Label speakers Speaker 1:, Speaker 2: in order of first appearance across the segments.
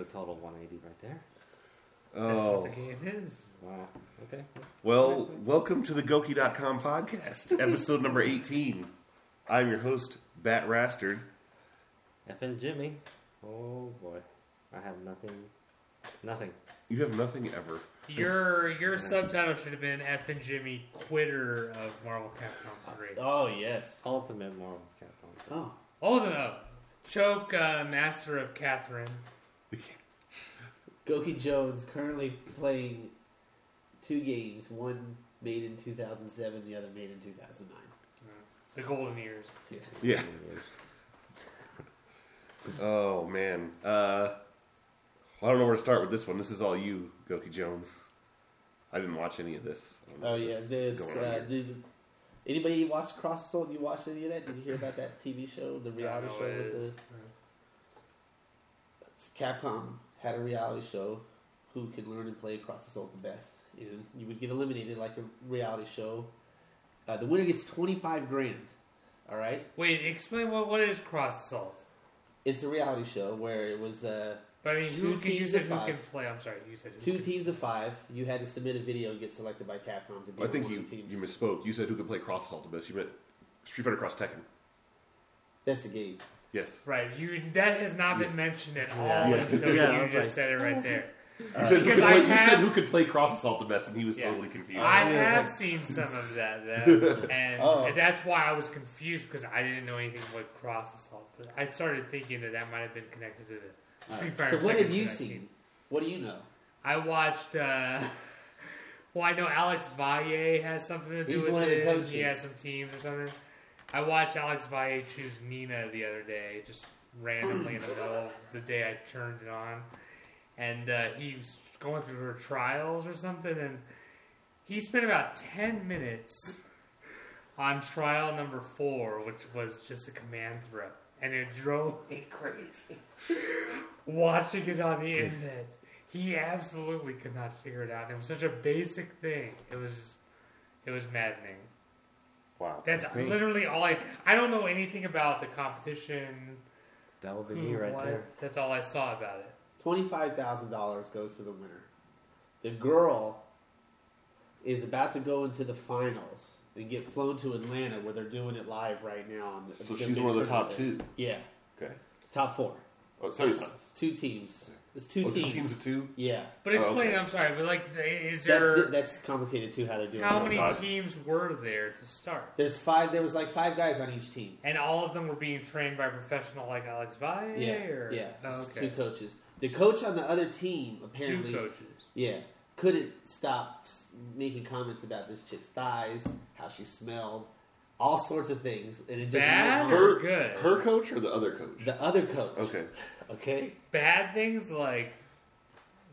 Speaker 1: a total 180 right there.
Speaker 2: That's what
Speaker 3: Oh,
Speaker 2: the game is.
Speaker 1: Wow. Okay.
Speaker 3: well, welcome to the Goki.com podcast, episode number 18. I'm your host, Bat Rastard.
Speaker 1: FN Jimmy. Oh boy, I have nothing. Nothing.
Speaker 3: You have nothing ever.
Speaker 2: Your your subtitle should have been F and Jimmy Quitter of Marvel Capcom 3.
Speaker 4: Oh yes.
Speaker 1: Ultimate Marvel Capcom.
Speaker 4: Oh.
Speaker 2: Ultima, Choke uh, Master of Catherine.
Speaker 4: Goki Jones currently playing two games, one made in 2007, the other made in 2009.
Speaker 2: The Golden Years.
Speaker 4: Yes.
Speaker 3: Yeah. Oh, man. Uh, I don't know where to start with this one. This is all you, Goki Jones. I didn't watch any of this. I don't know
Speaker 4: Oh
Speaker 3: what's
Speaker 4: yeah, there's.
Speaker 3: going on
Speaker 4: Uh,
Speaker 3: here.
Speaker 4: did anybody watch Cross Soul? You watched any of that? Did you hear about that TV show, the
Speaker 2: I don't
Speaker 4: reality
Speaker 2: know
Speaker 4: show
Speaker 2: what it
Speaker 4: with the
Speaker 2: is.
Speaker 4: Capcom had a reality show who can learn and play across the soul the best. And you would get eliminated like a reality show. Uh, the winner gets 25 grand. All right?
Speaker 2: Wait, explain what what is cross assault.
Speaker 4: It's a reality show where it was uh,
Speaker 2: But I mean,
Speaker 4: Two
Speaker 2: who can you
Speaker 4: teams
Speaker 2: said
Speaker 4: of
Speaker 2: who
Speaker 4: five.
Speaker 2: can play? I'm sorry, you said who
Speaker 4: two
Speaker 2: can-
Speaker 4: teams of five. You had to submit a video and get selected by Capcom to be
Speaker 3: Oh, I
Speaker 4: on
Speaker 3: think
Speaker 4: one
Speaker 3: you,
Speaker 4: of the teams.
Speaker 3: you misspoke. You said who could play Cross Assault the best. You meant Street Fighter Cross Tekken.
Speaker 4: That's the game.
Speaker 3: Yes.
Speaker 2: Right, you that has not been mentioned at all
Speaker 1: Yeah.
Speaker 2: until
Speaker 1: Yeah, I
Speaker 2: you
Speaker 1: was
Speaker 2: just
Speaker 1: like-
Speaker 2: said it
Speaker 4: "Oh."
Speaker 2: right there.
Speaker 3: You said, who
Speaker 2: Uh, Because
Speaker 3: could
Speaker 2: I
Speaker 3: play, you
Speaker 2: have-
Speaker 3: said who could play Cross Assault the best, and he was
Speaker 2: Yeah.
Speaker 3: totally confused.
Speaker 2: I
Speaker 4: yeah,
Speaker 2: have
Speaker 4: that's-
Speaker 2: seen some of that, though, and,
Speaker 4: Oh.
Speaker 2: and that's why I was confused because I didn't know anything about cross assault. But I started thinking that that might have been connected to the Street Fighter.
Speaker 4: So what
Speaker 2: second
Speaker 4: have you
Speaker 2: that I've
Speaker 4: seen? What do you know?
Speaker 2: I watched. Uh, well, I know Alex Valle has something to do
Speaker 4: He's
Speaker 2: with
Speaker 4: one of the
Speaker 2: it.
Speaker 4: coaches.
Speaker 2: He has some teams or something. I watched Alex Valle choose Nina the other day, just randomly in the middle of the day. I turned it on, and uh, he was going through her trials or something, and he spent about ten minutes on trial number four, which was just a command threat, and it drove me crazy. Watching it on the internet, he absolutely could not figure it out. It was such a basic thing. It was, it was maddening.
Speaker 3: Wow.
Speaker 2: That's
Speaker 3: me.
Speaker 2: literally all I. I don't know anything about the competition.
Speaker 1: That would be
Speaker 2: who
Speaker 1: me right
Speaker 2: won.
Speaker 1: there.
Speaker 2: That's all I saw about it.
Speaker 4: $25,000 goes to the winner. The girl is about to go into the finals and get flown to Atlanta where they're doing it live right now. On the,
Speaker 3: So
Speaker 4: the
Speaker 3: she's
Speaker 4: big
Speaker 3: one of the top two.
Speaker 4: tournament. Yeah,
Speaker 3: Okay.
Speaker 4: top four.
Speaker 3: Oh, sorry.
Speaker 4: It's two teams. It's two
Speaker 3: Oh, two
Speaker 4: teams.
Speaker 3: teams of two?
Speaker 4: Yeah.
Speaker 2: But
Speaker 3: Oh,
Speaker 2: explain.
Speaker 3: okay.
Speaker 2: I'm sorry, but like, is
Speaker 4: That's,
Speaker 2: there
Speaker 4: that's complicated too, how they're doing
Speaker 2: how
Speaker 4: it.
Speaker 2: many
Speaker 3: God.
Speaker 2: teams were there to start?
Speaker 4: There's five, there was like five guys on each team.
Speaker 2: And all of them were being trained by a professional like Alex Valle?
Speaker 4: Yeah.
Speaker 2: Or?
Speaker 4: Yeah.
Speaker 2: Oh,
Speaker 4: It's
Speaker 2: okay.
Speaker 4: Two coaches. The coach on the other team
Speaker 2: Two,
Speaker 4: apparently
Speaker 2: coaches.
Speaker 4: Yeah. Couldn't stop s- making comments about this chick's thighs, how she smelled, all sorts of things. And it just
Speaker 2: Bad?
Speaker 4: went on.
Speaker 3: Her,
Speaker 2: Good.
Speaker 3: her coach or the other coach?
Speaker 4: The other coach.
Speaker 3: Okay.
Speaker 4: Okay.
Speaker 2: Bad things like.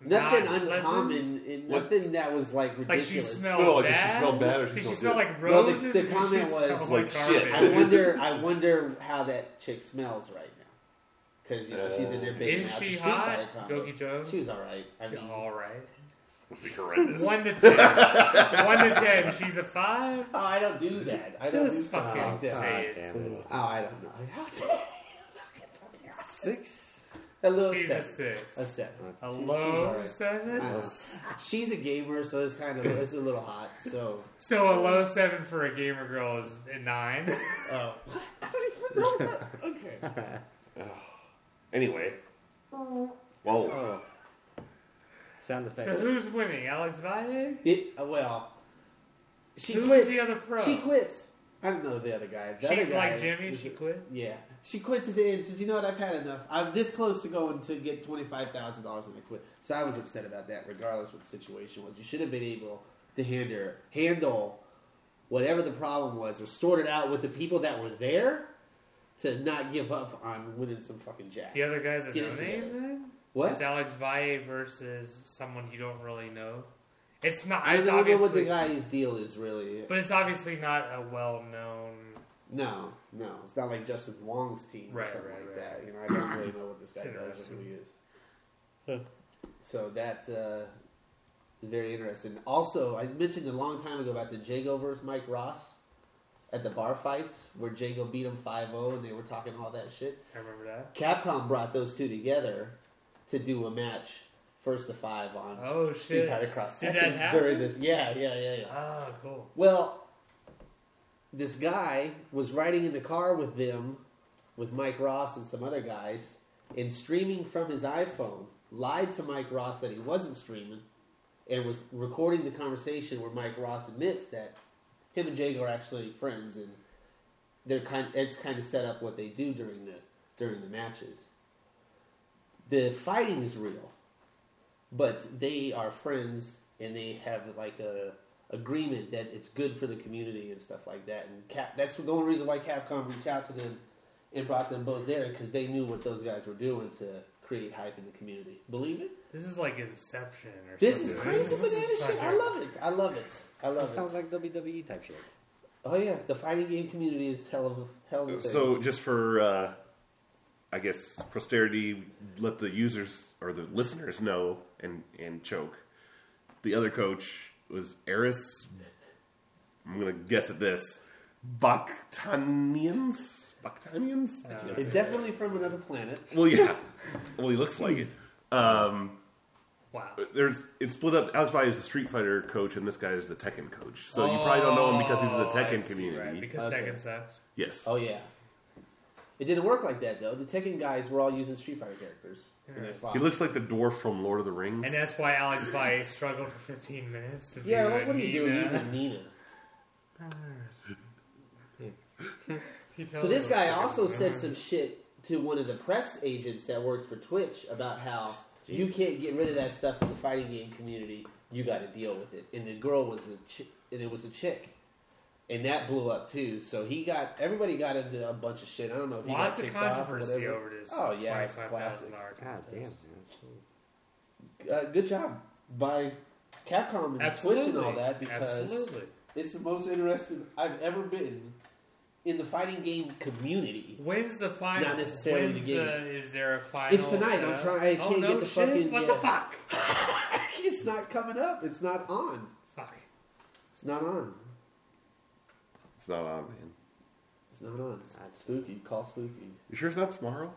Speaker 4: Nothing
Speaker 2: not pleasant?
Speaker 4: uncommon. And
Speaker 3: What-
Speaker 4: nothing that was like
Speaker 2: Like
Speaker 4: ridiculous.
Speaker 2: she smelled
Speaker 3: No, like,
Speaker 2: bad.
Speaker 3: does she smell bad or she
Speaker 2: Did she
Speaker 3: smell
Speaker 2: smell
Speaker 3: good?
Speaker 2: like
Speaker 4: No, the-
Speaker 2: roses?
Speaker 4: the
Speaker 2: Did she
Speaker 4: comment
Speaker 2: smell
Speaker 4: was-
Speaker 3: Like shit.
Speaker 4: I wonder. I wonder how that chick smells right now. Because you know she's in there
Speaker 3: Uh,
Speaker 4: baking
Speaker 2: is
Speaker 4: out the
Speaker 2: she
Speaker 4: Street Fighter
Speaker 2: hot,
Speaker 4: combos.
Speaker 2: Goki Jones?
Speaker 4: She's all right. I mean,
Speaker 2: All right.
Speaker 3: Would be horrendous.
Speaker 2: One to ten. One to ten. She's a five.
Speaker 4: oh, I don't do that. I don't do
Speaker 2: Just
Speaker 4: stuff
Speaker 2: fucking
Speaker 4: like that.
Speaker 1: Oh, God
Speaker 2: say it.
Speaker 1: damn it.
Speaker 4: Oh, I don't know.
Speaker 1: Six.
Speaker 4: a little
Speaker 2: She's a
Speaker 4: seven.
Speaker 2: six.
Speaker 4: A seven.
Speaker 2: A
Speaker 4: She's- she's
Speaker 2: low
Speaker 4: all right.
Speaker 2: seven.
Speaker 4: I know. She's a gamer, so it's kind of it's a little hot. So
Speaker 2: So a low seven for a gamer girl is a nine.
Speaker 4: oh, I don't even know that. Okay.
Speaker 3: Anyway. Whoa.
Speaker 1: Oh. Sound effects.
Speaker 2: so who's winning? Alex Valle?
Speaker 4: It, uh, well, she
Speaker 2: Who's
Speaker 4: quits.
Speaker 2: the other pro?
Speaker 4: She quits. I don't know the other guy. The
Speaker 2: She's
Speaker 4: other guy
Speaker 2: like Jimmy.
Speaker 4: was-
Speaker 2: She quit.
Speaker 4: Yeah, she quits at the end. Says, "You know what? I've had enough. I'm this close to going to get twenty five thousand dollars when I quit." So I was upset about that, regardless what the situation was. You should have been able to hand her- handle whatever the problem was, or sort it out with the people that were there to not give up on winning some fucking jack.
Speaker 2: The other guy's a
Speaker 4: Get
Speaker 2: no
Speaker 4: it
Speaker 2: name
Speaker 4: together.
Speaker 2: then? It's
Speaker 4: What?
Speaker 2: Alex Valle versus someone you don't really know. It's not.
Speaker 4: I
Speaker 2: It's
Speaker 4: don't know what the
Speaker 2: obviously,
Speaker 4: guy's deal is really.
Speaker 2: but it's obviously not a well-known.
Speaker 4: No, no, it's not like Justin Wong's team
Speaker 2: Right,
Speaker 4: or something
Speaker 2: right,
Speaker 4: like
Speaker 2: right.
Speaker 4: that. You know, I don't really know what this guy
Speaker 2: It's
Speaker 4: does or who he is.
Speaker 1: Huh.
Speaker 4: so that uh, is very interesting. Also, I mentioned a long time ago about the Jago versus Mike Ross at the bar fights where Jago oh beat him 5-0 and they were talking all that shit.
Speaker 2: I remember that.
Speaker 4: Capcom brought those two together to do a match first to five on
Speaker 2: Oh
Speaker 4: Street
Speaker 2: shit!
Speaker 4: Fighter Cross
Speaker 2: Did
Speaker 4: Tekken
Speaker 2: that happen?
Speaker 4: during this. Yeah, yeah, yeah, yeah.
Speaker 2: Oh, cool.
Speaker 4: Well, this guy was riding in the car with them, with Mike Ross and some other guys, and streaming from his iPhone, lied to Mike Ross that he wasn't streaming, and was recording the conversation where Mike Ross admits that him and Jago are actually friends, and they're kind. It's kind of set up what they do during the during the matches. The fighting is real, but they are friends and they have like a agreement that it's good for the community and stuff like that. And Cap, that's the only reason why Capcom reached out to them and brought them both there because they knew what those guys were doing to create hype in the community. Believe it.
Speaker 2: This is like Inception or
Speaker 4: This is
Speaker 2: something.
Speaker 4: crazy
Speaker 2: This
Speaker 4: banana shit. I
Speaker 2: fucking-
Speaker 4: love it. I love it. I
Speaker 1: That
Speaker 4: love
Speaker 1: sounds
Speaker 4: it.
Speaker 1: like WWE type shit.
Speaker 4: Oh yeah, the fighting game community is hell of hell of a thing.
Speaker 3: So just for, uh, I guess, posterity, let the users or the listeners know and and choke. The other coach was Eris. I'm gonna guess at this. Bakhtanians. Bakhtanians. I can't
Speaker 2: Uh,
Speaker 4: it's definitely from another planet.
Speaker 3: Well, yeah. well, he looks like it. Um,
Speaker 2: Wow.
Speaker 3: there's it's split up. Alex Valle is the Street Fighter coach, and this guy is the Tekken coach. So you probably don't know him because he's in the
Speaker 2: Oh, I
Speaker 3: Tekken
Speaker 2: see,
Speaker 3: community.
Speaker 2: Right, because
Speaker 4: Okay.
Speaker 2: Tekken sucks.
Speaker 3: Yes.
Speaker 4: Oh yeah. It didn't work like that though. The Tekken guys were all using Street Fighter characters. in their
Speaker 3: He
Speaker 4: fights.
Speaker 3: looks like the dwarf from Lord of the Rings.
Speaker 2: And that's why Alex Vice struggled for 15 minutes to
Speaker 4: yeah,
Speaker 2: do
Speaker 4: like what are you doing
Speaker 2: Nina.
Speaker 4: using Nina?
Speaker 2: He tells
Speaker 4: So this
Speaker 2: us
Speaker 4: guy
Speaker 2: fucking
Speaker 4: also
Speaker 2: Nina.
Speaker 4: said some shit to one of the press agents that works for Twitch about how you
Speaker 1: Jesus.
Speaker 4: can't get rid of that stuff in the fighting game community. You got to deal with it. And the girl was a chi- and it was a chick, and that blew up too. So he got everybody got into a bunch of shit. I don't know if he
Speaker 2: Lots
Speaker 4: got
Speaker 2: of
Speaker 4: kicked off or
Speaker 2: controversy
Speaker 4: whatever.
Speaker 2: over this.
Speaker 4: Oh, yeah, it's classic.
Speaker 2: $25,000
Speaker 1: God damn.
Speaker 2: contest.
Speaker 1: man, that's cool.
Speaker 4: Uh, good job by Capcom and
Speaker 2: Absolutely.
Speaker 4: Twitch and all that because
Speaker 2: Absolutely.
Speaker 4: it's the most interesting I've ever been in the fighting game community.
Speaker 2: When's the final?
Speaker 4: Not necessarily
Speaker 2: When's
Speaker 4: the
Speaker 2: the,
Speaker 4: games.
Speaker 2: is there a final?
Speaker 4: It's tonight, I'm
Speaker 2: set?
Speaker 4: trying- I
Speaker 2: oh,
Speaker 4: can't
Speaker 2: no
Speaker 4: get the
Speaker 2: shit?
Speaker 4: fucking-
Speaker 2: What
Speaker 4: yeah.
Speaker 2: the fuck?
Speaker 4: it's not coming up. It's not on.
Speaker 2: Fuck.
Speaker 4: It's not on.
Speaker 3: It's not on, man.
Speaker 4: It's not on. It's spooky. Call spooky.
Speaker 3: You sure it's not tomorrow?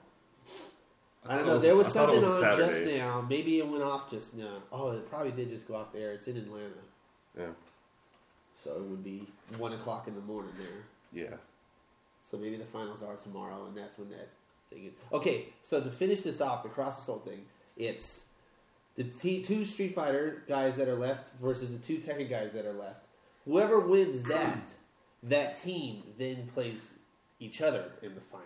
Speaker 4: I don't
Speaker 3: thought it
Speaker 4: know. There was
Speaker 3: I thought it
Speaker 4: something
Speaker 3: a
Speaker 4: on just
Speaker 3: Saturday.
Speaker 4: now. Maybe it went off just now. Oh, it probably did just go off the air. It's in Atlanta, so it would be one o'clock in the morning there.
Speaker 3: Yeah. Yeah.
Speaker 4: So maybe the finals are tomorrow, and that's when that thing is. Okay, so to finish this off, to cross this whole thing, it's the t- two Street Fighter guys that are left versus the two Tekken guys that are left. Whoever wins that, that team then plays each other in the finals.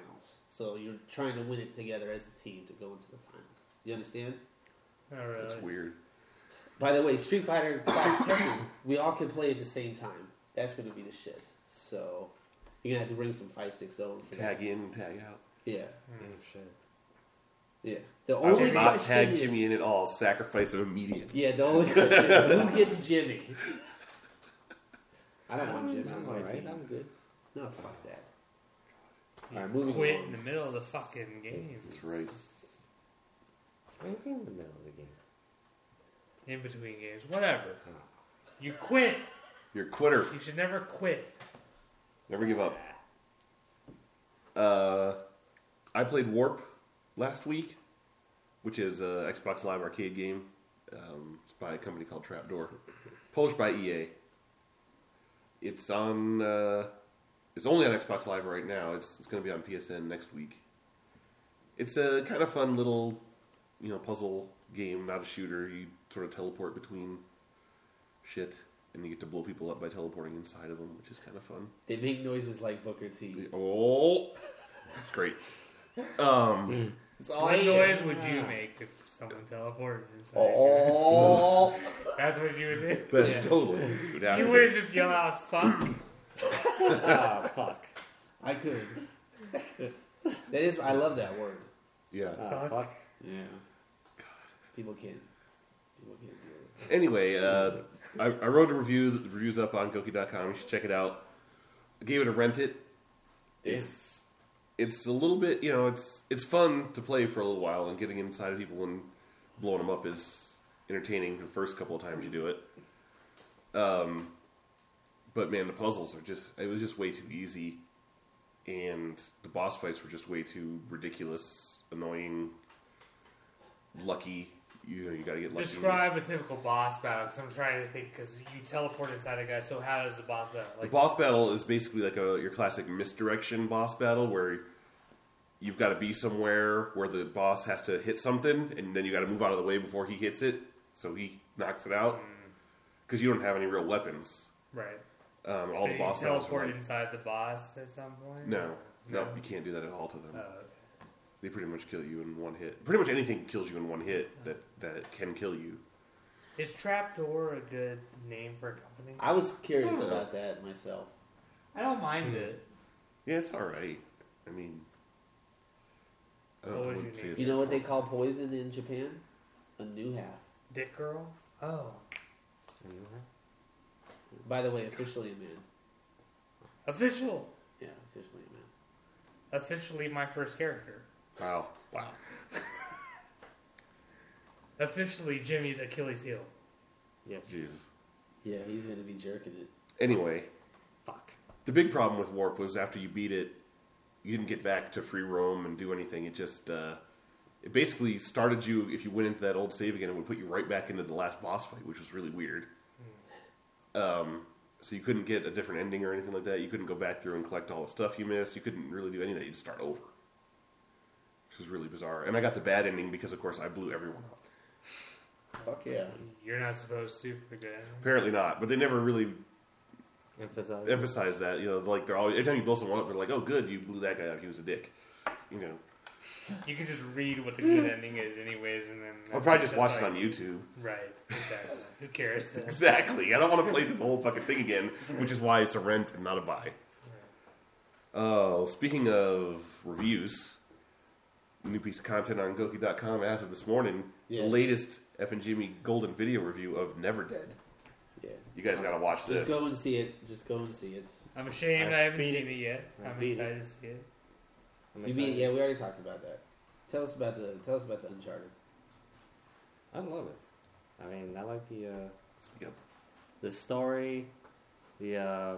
Speaker 4: So you're trying to win it together as a team to go into the finals. You understand?
Speaker 2: Not really.
Speaker 3: It's weird.
Speaker 4: By the way, Street Fighter Class Tekken, we all can play at the same time. That's going to be the shit. So you're going to have to bring some fight sticks over. For that.
Speaker 3: Tag in, tag out.
Speaker 4: Yeah.
Speaker 1: Oh, shit.
Speaker 4: Yeah. The
Speaker 3: I
Speaker 4: only
Speaker 3: will not
Speaker 4: question
Speaker 3: tag
Speaker 4: is,
Speaker 3: Jimmy in at all. Sacrifice him immediately.
Speaker 4: Yeah, the only question is who gets Jimmy? I don't want Jimmy.
Speaker 1: I'm
Speaker 4: on my
Speaker 1: alright.
Speaker 4: team.
Speaker 1: I'm good.
Speaker 4: No, fuck that.
Speaker 2: You
Speaker 4: Alright, moving
Speaker 2: quit
Speaker 4: on.
Speaker 2: in the middle of the fucking game.
Speaker 3: That's right.
Speaker 1: Maybe in the middle of the game.
Speaker 2: In between games, whatever. You quit.
Speaker 3: You're a quitter.
Speaker 2: You should never quit.
Speaker 3: Never give up. Uh, I played Warp last week, which is a Xbox Live arcade game. Um, it's by a company called Trapdoor, published by EA. It's on. Uh, it's only on Xbox Live right now. It's it's going to be on PSN next week. It's a kind of fun little, you know, puzzle game. Not a shooter. You sort of teleport between shit, and you get to blow people up by teleporting inside of them, which is kind of fun.
Speaker 4: They make noises like Booker T.
Speaker 3: Oh, that's great. Um,
Speaker 4: It's all
Speaker 2: What
Speaker 4: I
Speaker 2: noise
Speaker 4: hear.
Speaker 2: would you make if someone teleported inside?
Speaker 4: Oh,
Speaker 2: That's what you would do.
Speaker 3: that's
Speaker 4: Yeah.
Speaker 3: totally dude. out
Speaker 2: You
Speaker 3: of here.
Speaker 2: would just yell out "fuck."
Speaker 1: Ah, fuck.
Speaker 4: I could. That is, I love that word.
Speaker 3: Yeah.
Speaker 1: Ah, fuck.
Speaker 4: Yeah. People can. People can do
Speaker 3: Anyway, uh, I, I wrote a review. The review's up on Goki.com. You should check it out. I gave it a rent it.
Speaker 4: Damn.
Speaker 3: It's it's a little bit you know it's it's fun to play for a little while and getting inside of people and blowing them up is entertaining the first couple of times you do it. Um, but man, the puzzles are just it was just way too easy, and the boss fights were just way too ridiculous, annoying. lucky. You know, you got to get lucky.
Speaker 2: Describe a typical boss battle because I'm trying to think because you teleport inside a guy. So how does the boss battle?
Speaker 3: The
Speaker 2: Like
Speaker 3: boss battle is basically like a, your classic misdirection boss battle where you've got to be somewhere where the boss has to hit something and then you got to move out of the way before he hits it so he knocks it
Speaker 2: Mm.
Speaker 3: out because you don't have any real weapons.
Speaker 2: right?
Speaker 3: Um, all
Speaker 2: Can
Speaker 3: the
Speaker 2: you
Speaker 3: boss battles are
Speaker 2: teleport
Speaker 3: like,
Speaker 2: inside the boss at some point?
Speaker 3: no, no,
Speaker 2: No.
Speaker 3: you can't do that at all to them.
Speaker 2: Uh,
Speaker 3: They pretty much kill you in one hit. Pretty much anything kills you in one hit that that can kill you.
Speaker 2: is Trapdoor a good name for a company?
Speaker 4: I was curious
Speaker 3: Hmm.
Speaker 4: about that myself.
Speaker 2: I don't mind it.
Speaker 3: Yeah, it's all right. I mean, I don't
Speaker 2: What
Speaker 3: I
Speaker 2: would you
Speaker 3: wouldn't say
Speaker 2: name
Speaker 3: it's
Speaker 4: You know what they
Speaker 3: horrible.
Speaker 4: call poison in Japan? A new half.
Speaker 2: Dick Girl. Oh,
Speaker 4: By the way, officially a man.
Speaker 2: official.
Speaker 4: Yeah, officially a man.
Speaker 2: Officially, my first character.
Speaker 3: Wow.
Speaker 2: Wow. Officially, Jimmy's Achilles heel.
Speaker 1: Yes.
Speaker 3: Jesus.
Speaker 4: Yeah, he's gonna be jerking it.
Speaker 3: Anyway,
Speaker 2: Fuck.
Speaker 3: the big problem with Warp was after you beat it, you didn't get back to free roam and do anything. It just uh, it basically started you. If you went into that old save again, it would put you right back into the last boss fight, which was really weird. Um, so you couldn't get a different ending or anything like that. You couldn't go back through and collect all the stuff you missed. You couldn't really do any of that. You just start over, which was really bizarre. And I got the bad ending because, of course, I blew everyone up.
Speaker 4: Fuck yeah.
Speaker 2: You're not supposed to for good. ending.
Speaker 3: Apparently not, but they never really
Speaker 1: Emphasize.
Speaker 3: emphasize that. You know, like they're always every time you blow someone up, they're like, "Oh, good, you blew that guy up. He was a dick." You know,
Speaker 2: You can just read what the good ending is, anyways, and then
Speaker 3: I'll probably just
Speaker 2: that's
Speaker 3: watch it
Speaker 2: like-
Speaker 3: on YouTube.
Speaker 2: Right, exactly. Who cares? Then?
Speaker 3: Exactly. I don't want to play through the whole fucking thing again, which is why it's a rent and not a buy. Oh, speaking of reviews, new piece of content on Goki.com as of this morning,
Speaker 4: Yeah.
Speaker 3: the latest F and Jimmy Golden video review of Never Dead.
Speaker 4: Yeah.
Speaker 3: You guys gotta watch
Speaker 4: Just
Speaker 3: this.
Speaker 4: go and see it. Just go and see it.
Speaker 2: I'm ashamed
Speaker 1: I
Speaker 2: I, haven't
Speaker 1: beat
Speaker 2: seen it, yet.
Speaker 1: I
Speaker 2: I'm
Speaker 1: beat
Speaker 2: excited to see it.
Speaker 1: I'm
Speaker 4: You mean
Speaker 1: excited.
Speaker 4: yeah, we already talked about that. Tell us about the tell us about the Uncharted.
Speaker 1: I love it. I mean, I like the uh,
Speaker 3: Speak up.
Speaker 1: the story, the uh,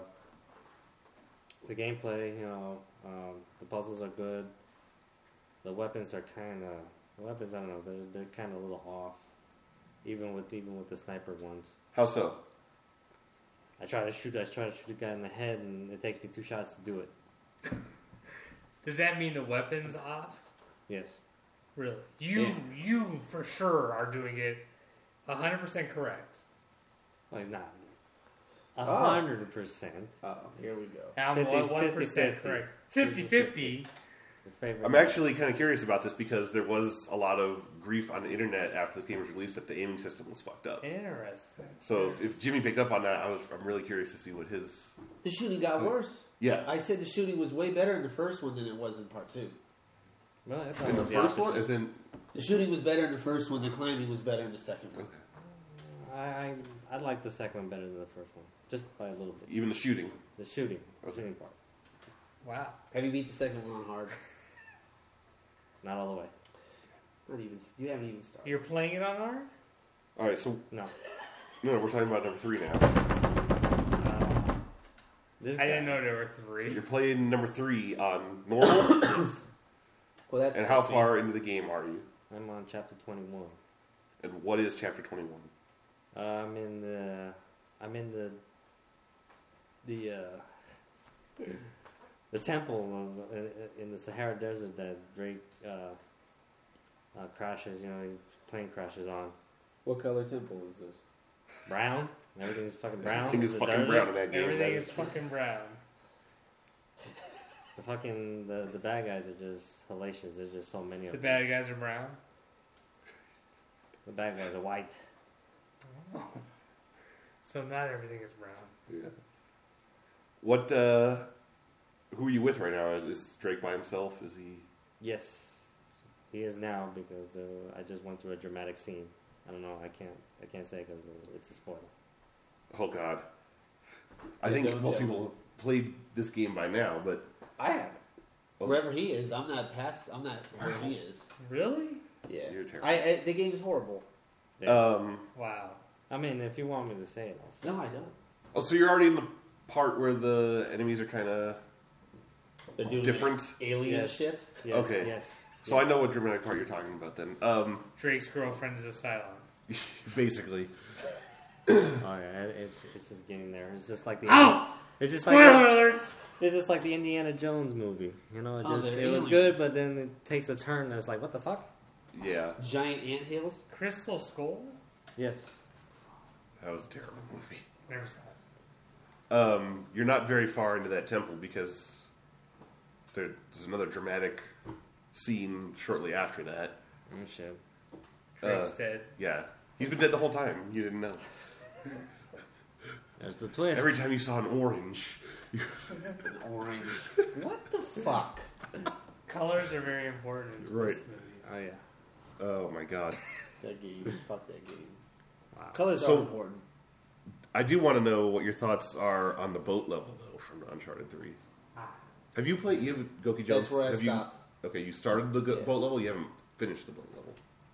Speaker 1: the gameplay. You know, um, the puzzles are good. The weapons are kind of the weapons. I don't know. They're they're kind of a little off. Even with even with the sniper ones,
Speaker 3: How so?
Speaker 1: I try to shoot. I try to shoot a guy in the head, and it takes me two shots to do it.
Speaker 2: Does that mean the weapons off?
Speaker 1: Yes.
Speaker 2: Really? You
Speaker 1: Yeah.
Speaker 2: you for sure are doing it 100% correct.
Speaker 1: Like not. A
Speaker 3: Ah.
Speaker 4: Oh.
Speaker 1: hundred percent.
Speaker 4: Oh, here we go.
Speaker 2: And I'm
Speaker 1: 50,
Speaker 2: 1%
Speaker 1: 50.
Speaker 2: correct. 50 50.
Speaker 1: Your favorite.
Speaker 3: I'm actually kind of curious about this because there was a lot of grief on the internet after this game was released that the aiming system was fucked up.
Speaker 2: Interesting.
Speaker 3: So if, if Jimmy picked up on that, I was I'm really curious to see what his
Speaker 4: The shooting got worse.
Speaker 3: yeah
Speaker 4: I said the shooting was way better in the first one than it was in part two.
Speaker 1: Well, I thought it
Speaker 3: in the
Speaker 1: was
Speaker 3: first one
Speaker 1: opposite.
Speaker 3: is in
Speaker 4: The shooting was better in the first one. The climbing was better in the second one.
Speaker 1: I I like the second one better than the first one, just by a little bit.
Speaker 3: even the shooting.
Speaker 1: The shooting, the
Speaker 3: Okay.
Speaker 1: shooting part,
Speaker 2: Wow.
Speaker 4: Have you beat the second one on hard?
Speaker 1: not all the way.
Speaker 4: Not even. You haven't even started.
Speaker 2: You're playing it on hard?
Speaker 3: All right, so
Speaker 1: No,
Speaker 3: no, we're talking about number three now.
Speaker 1: uh, this
Speaker 2: I didn't
Speaker 1: guy-
Speaker 2: know there were three.
Speaker 3: You're playing number three on normal,
Speaker 4: well, that's
Speaker 3: and how
Speaker 4: proceed.
Speaker 3: far into the game are you?
Speaker 1: I'm on chapter 21.
Speaker 3: And what is chapter twenty one?
Speaker 1: Uh, I'm in the. I'm in the. The. Uh, the temple of, uh, in, in the Sahara Desert that Drake uh, uh, crashes. You know, his plane crashes on
Speaker 4: What color temple is this?
Speaker 1: brown. Everything's fucking brown.
Speaker 3: Everything is
Speaker 1: The
Speaker 3: fucking
Speaker 1: desert.
Speaker 3: brown in that game.
Speaker 2: Everything
Speaker 3: That
Speaker 2: is fucking brown.
Speaker 1: The fucking the, the bad guys are just hellacious. There's just so many of
Speaker 2: The
Speaker 1: them.
Speaker 2: bad guys are brown.
Speaker 1: The bad guys are white.
Speaker 2: So not everything is brown.
Speaker 3: Yeah. What? uh Who are you with right now? Is, is Drake by himself? Is he?
Speaker 1: Yes, he is now because uh, I just went through a dramatic scene. I don't know. I can't. I can't say because it's a spoiler.
Speaker 3: Oh God! I
Speaker 4: Yeah,
Speaker 3: think
Speaker 4: don't
Speaker 3: most
Speaker 4: tell.
Speaker 3: people have played this game by now, but
Speaker 4: I have.
Speaker 3: Oh.
Speaker 4: Wherever he is, I'm not past. I'm not where he is.
Speaker 2: Really?
Speaker 4: Yeah.
Speaker 3: You're terrible.
Speaker 4: I, I the game's horrible.
Speaker 1: Yeah.
Speaker 3: um,
Speaker 2: Wow.
Speaker 1: I mean, if you want me to say it, I'll say.
Speaker 4: No, I don't.
Speaker 3: oh, so you're already in the part where the enemies are kind of
Speaker 4: They're doing
Speaker 3: different.
Speaker 4: alien
Speaker 1: Yes.
Speaker 4: shit.
Speaker 1: Yes,
Speaker 3: Okay.
Speaker 1: Yes.
Speaker 3: So I know what dramatic part you're talking about then. Um,
Speaker 2: Drake's girlfriend is a Cylon.
Speaker 3: basically,
Speaker 1: Oh yeah, it, it's it's just getting there. It's just like the
Speaker 2: Oh!
Speaker 1: it's just like uh,
Speaker 2: Spoiler alert!
Speaker 1: it's just like the Indiana Jones movie. You know, it
Speaker 4: Oh,
Speaker 1: just it
Speaker 4: they're
Speaker 1: was
Speaker 4: aliens.
Speaker 1: good, but then it takes a turn that's like, what the fuck?
Speaker 3: yeah,
Speaker 4: Giant ant hills.
Speaker 2: Crystal Skull?
Speaker 1: Yes.
Speaker 3: that was a terrible movie.
Speaker 2: Never saw it.
Speaker 3: Um, you're not very far into that temple because there, there's another dramatic scene shortly after that.
Speaker 1: Oh shit.
Speaker 2: Drake's
Speaker 3: Uh,
Speaker 2: dead.
Speaker 3: Yeah, he's been dead the whole time. You didn't know.
Speaker 1: There's the twist.
Speaker 3: Every time you saw an orange, you
Speaker 4: Orange. what the fuck?
Speaker 2: Colors are very important in
Speaker 3: Right.
Speaker 2: this movie.
Speaker 1: oh yeah.
Speaker 3: oh my god.
Speaker 4: That game. Fuck that game. Colors
Speaker 3: So-
Speaker 4: are important.
Speaker 3: I do want to know what your thoughts are on the boat level though from Uncharted Three.
Speaker 2: Ah.
Speaker 3: Have you played? You have Goki Jones.
Speaker 4: That's where I
Speaker 3: have you-
Speaker 4: stopped.
Speaker 3: okay, you started the go-
Speaker 4: Yeah.
Speaker 3: boat level. You haven't finished the boat level.